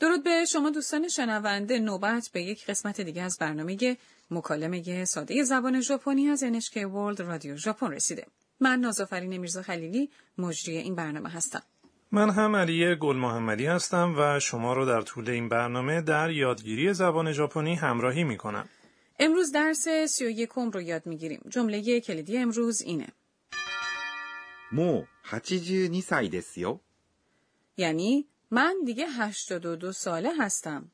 درود به شما دوستان شنونده نوبت به یک قسمت دیگه از برنامه مکالمه ساده زبان ژاپنی از NHK World رادیو ژاپن رسیده. من نازآفرین میرزا خلیلی مجری این برنامه هستم. من هم علی گل محمدی هستم و شما رو در طول این برنامه در یادگیری زبان ژاپنی همراهی می کنم. امروز درس 31 کم رو یاد میگیریم. جمله کلیدی امروز اینه. もう82歳ですよ。 یعنی من دیگه 82 ساله هستم.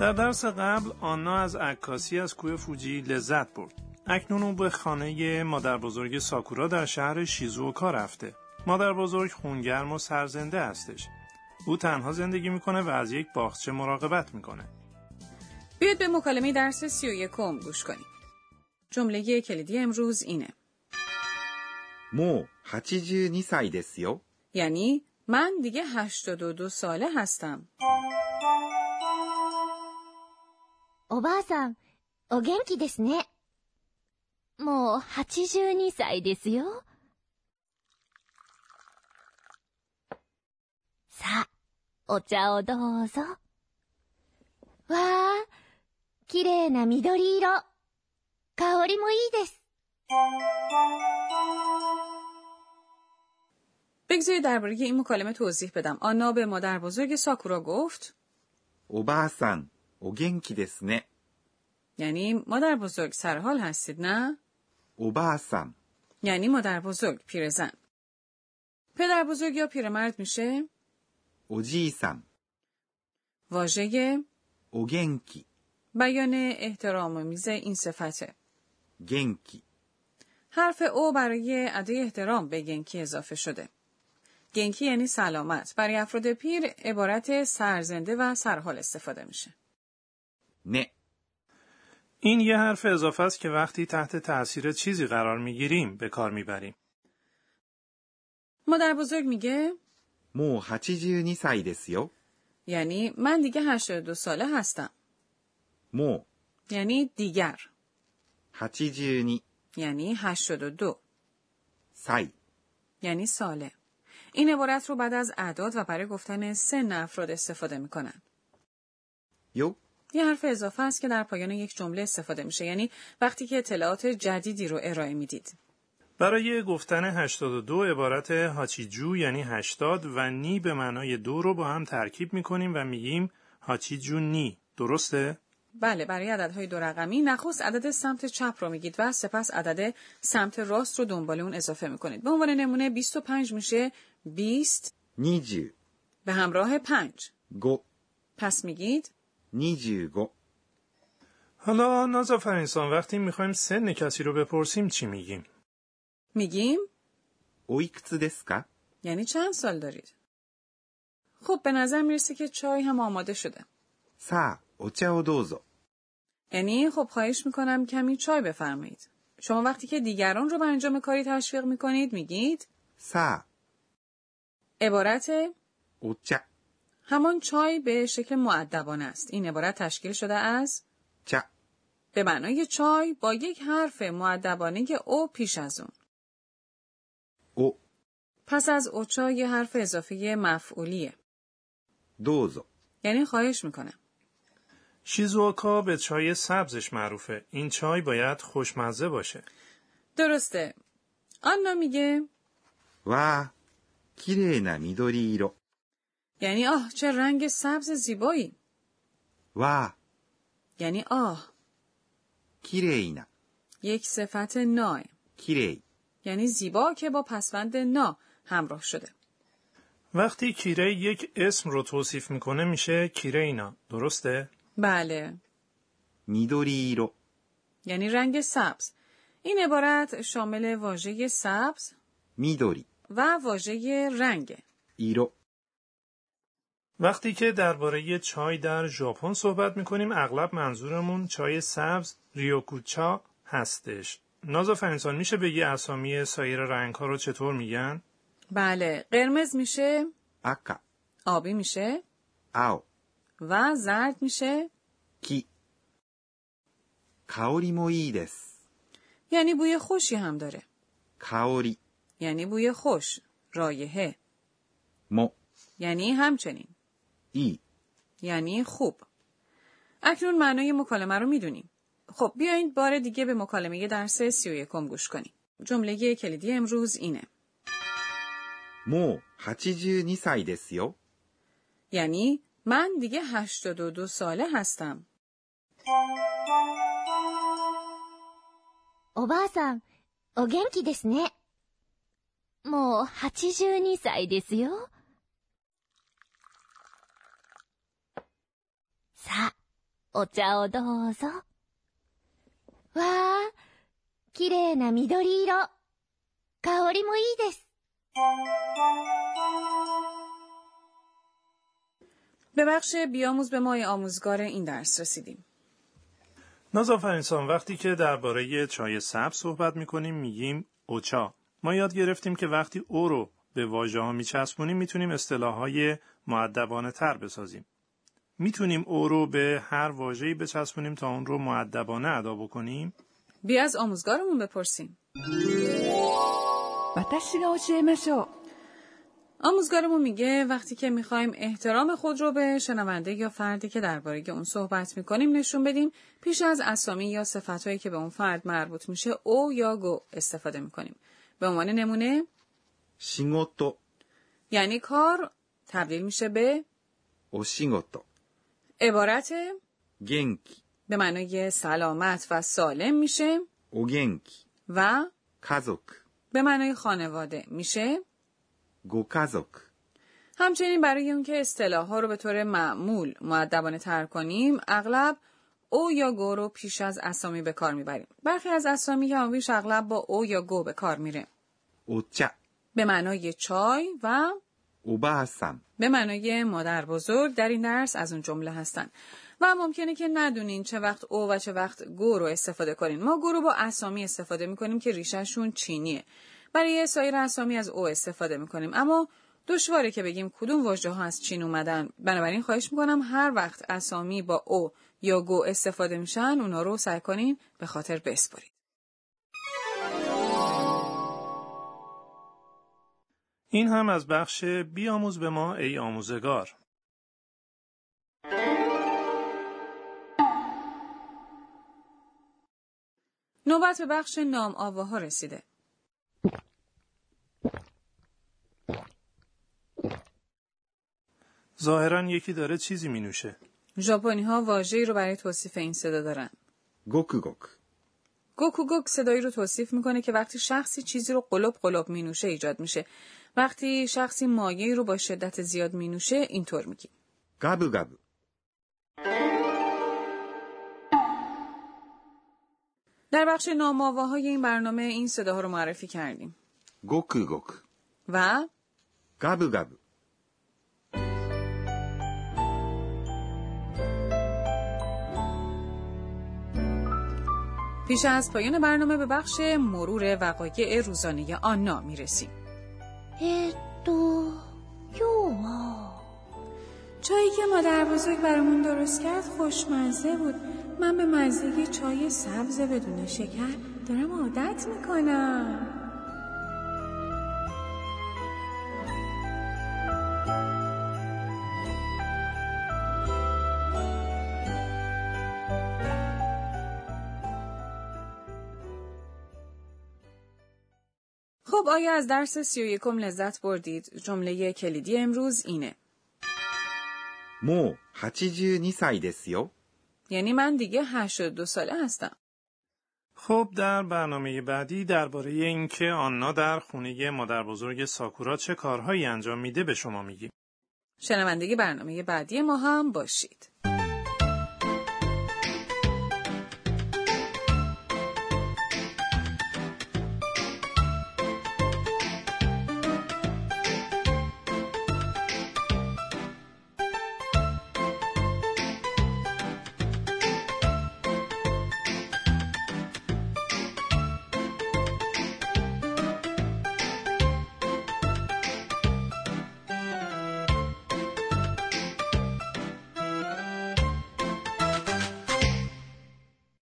در درس قبل آنا از عکاسی از کوه فوجی لذت برد. اکنون او به خانه مادر بزرگ ساکورا در شهر شیزوکا رفته. مادر بزرگ خونگرم و سرزنده هستش. او تنها زندگی میکنه و از یک باغچه مراقبت میکنه. بیاید به مکالمه درس 31 کم گوش کنیم. جمله کلیدی امروز اینه. もう82歳ですよ。 یعنی من دیگه 82 ساله هستم. おばあさん、お元気ですね。もう82歳ですよ。さあ、お茶をどうぞ。わあ、綺麗な緑色。香りもいいです。 بگذارید درباره این مکالمه توضیح بدم. آنا به مادر بزرگ ساکورا گفت おばあさん、お元気ですね。 یعنی مادر بزرگ سرحال هستید نه؟ おばあさん、 یعنی مادر بزرگ پیرزن. پدر بزرگ یا پیرمرد میشه おじいさん、 واژه お元気、 بیان احترام میز این صفته. 元気。 حرف او برای ادای احترام به گنکی اضافه شده. گنکی یعنی سلامت. برای افراد پیر عبارت سرزنده و سرحال استفاده میشه. ね、 این یه حرف اضافه است که وقتی تحت تاثیر چیزی قرار میگیریم به کار میبریم. مادر بزرگ میگه もう82歳ですよ。 یعنی من دیگه 82 ساله هستم. も یعنی دیگر. う82 یعنی 82. 歳 یعنی ساله. این عبارت رو بعد از اعداد و برای گفتن سن افراد استفاده میکنن. よ。 یه حرف اضافه است که در پایان یک جمله استفاده میشه یعنی وقتی که اطلاعات جدیدی رو ارائه میدید. برای گفتن 82 عبارت هاچیجو یعنی 80 و نی به معنای دو رو با هم ترکیب میکنیم و میگیم هاچیجو نی درسته؟ بله برای عددهای دو رقمی نخست عدد سمت چپ رو میگید و سپس عدد سمت راست رو دنبال اون اضافه میکنید به عنوان نمونه 25 میشه 20 25、 به همراه 5 پس میگید 25。 حالا نازافرینسان وقتی میخوایم سن کسی رو بپرسیم چی میگیم؟ میگیم おいくつですか یعنی چند سال دارید خب به نظر میرسه که چای هم آماده شده さあ、お茶をどうぞ。 یعنی خب خواهش میکنم کمی چای بفرمایید شما وقتی که دیگران رو به انجام کاری تشویق میکنید میگید さあ、 عبارت お茶、 همان چای به شکل معدبانه است این عبارت تشکیل شده از 茶、 به معنای چای با یک حرف معدبانه که او پیش از اون. お、 پس از اوچا یه حرف اضافه مفعولیه. どうぞ。 یعنی خواهش میکنم. شیزوکا به چای سبزش معروفه. این چای باید خوشمزه باشه. درسته. آنا میگه わあ、綺麗な緑色。 یعنی آه چه رنگ سبز زیبایی. わあ、 یعنی آه 綺麗な、 یک صفت نای. 綺麗。 یعنی زیبا که با پسوند نا همراه شده. وقتی کیره یک اسم رو توصیف میکنه میشه کیرینا درسته؟ بله. 緑色、 یعنی رنگ سبز. این عبارت شامل واژه سبز 緑、 و واژه رنگه. 色。 وقتی که درباره چای در ژاپن صحبت میکنیم اغلب منظورمون چای سبز ریوکوچا هستش. نازافرینسان میشه بگی اسامی سایر رنگ ها رو چطور میگن؟ بله. قرمز میشه 赤、 آبی میشه 青、 و زرد میشه 木。香りもいいです。 یعنی بوی خوشی هم داره 香り、 یعنی بوی خوش رایحه も یعنی همچنین いい یعنی خوب اکنون معنای مکالمه رو میدونیم خب بیایید بار دیگه به مکالمه درس سی و یکم گوش کنیم جمله کلیدی امروز اینه もう82歳ですよ یعنی من دیگه 82 ساله هستم おばあさん、お元気ですね。もう82歳ですよ。さあ、お茶をどうぞ。わあ、綺麗な緑色。香りもいいです。 به بخش بیاموز به مای آموزگار این درس رسیدیم نازافرینسان وقتی که درباره چای سبز صحبت میکنیم میگیم اوچا ما یاد گرفتیم که وقتی او رو به واژه ها میچسبونیم میتونیم اصطلاح های معدبانه تر بسازیم میتونیم او رو به هر واژه‌ای بچسبونیم تا اون رو معدبانه ادا بکنیم بیا از آموزگارمون بپرسیم 私が教えましょう آموزگارمون میگه وقتی که میخوایم احترام خود رو به شنونده یا فردی که درباره اون صحبت میکنیم نشون بدیم پیش از اسامی یا صفتهایی که به اون فرد مربوط میشه او یا گو استفاده میکنیم به عنوان نمونه 仕事 یعنی کار تبدیل میشه به お仕事 عبارت 元気 به معنای سلامت و سالم میشه お元気 و 家族 به معنای خانواده میشه ご家族 همچنین برای اون که اصطلاح ها رو به طور معمول معدبانه تر کنیم اغلب او یا گو رو پیش از اسامی به کار میبریم برخی از اسامی کمابیش اغلب با او یا گو به کار میره お茶 به معنای چای و おばあさん به معنای مادر بزرگ در این درس از اون جمله هستن و ممکنه که ندونین چه وقت او و چه وقت گو رو استفاده کنین ما گو رو با اسامی استفاده میکنیم که ریشهشون چینیه برای سایر اسامی از او استفاده میکنیم اما دشواره که بگیم کدوم واژه ها از چین اومدن بنابراین خواهش میکنم هر وقت اسامی با او یا گو استفاده میشن اونا رو سعی کنین به خاطر بسپرید این هم از بخش بیاموز به ما ای آموزگار نوبت به بخش نام ها رسیده ظاهرا یکی داره چیزی می نوشه ژاپنی ها واژه‌ای رو برای توصیف این صدا دارن ごくごく گوکوگوک صدایی رو توصیف میکنه که وقتی شخصی چیزی رو قلب قلب مینوشه ایجاد میشه وقتی شخصی مایعی رو با شدت زیاد مینوشه اینطور میگیم ガブガブ در بخش نامآواهای این برنامه این صداها رو معرفی کردیم ごくごく و ガブガブ پیش از پایان برنامه به بخش مرور وقایع روزانه آنا میرسیم えーっと、今日は、 چایی که مادر بزرگ برامون درست کرد خوشمزه بود من به مزه چای سبز بدون شکر دارم عادت میکنم خب آیا از درس سی و یکم لذت بردید؟ جمله کلیدی امروز اینه もう82歳ですよ یعنی من دیگه 82 ساله هستم. خب در برنامه بعدی درباره اینکه آنا در خونه مادر بزرگ ساکورا چه کارهایی انجام میده به شما میگیم شنوندگی برنامه بعدی ما هم باشید.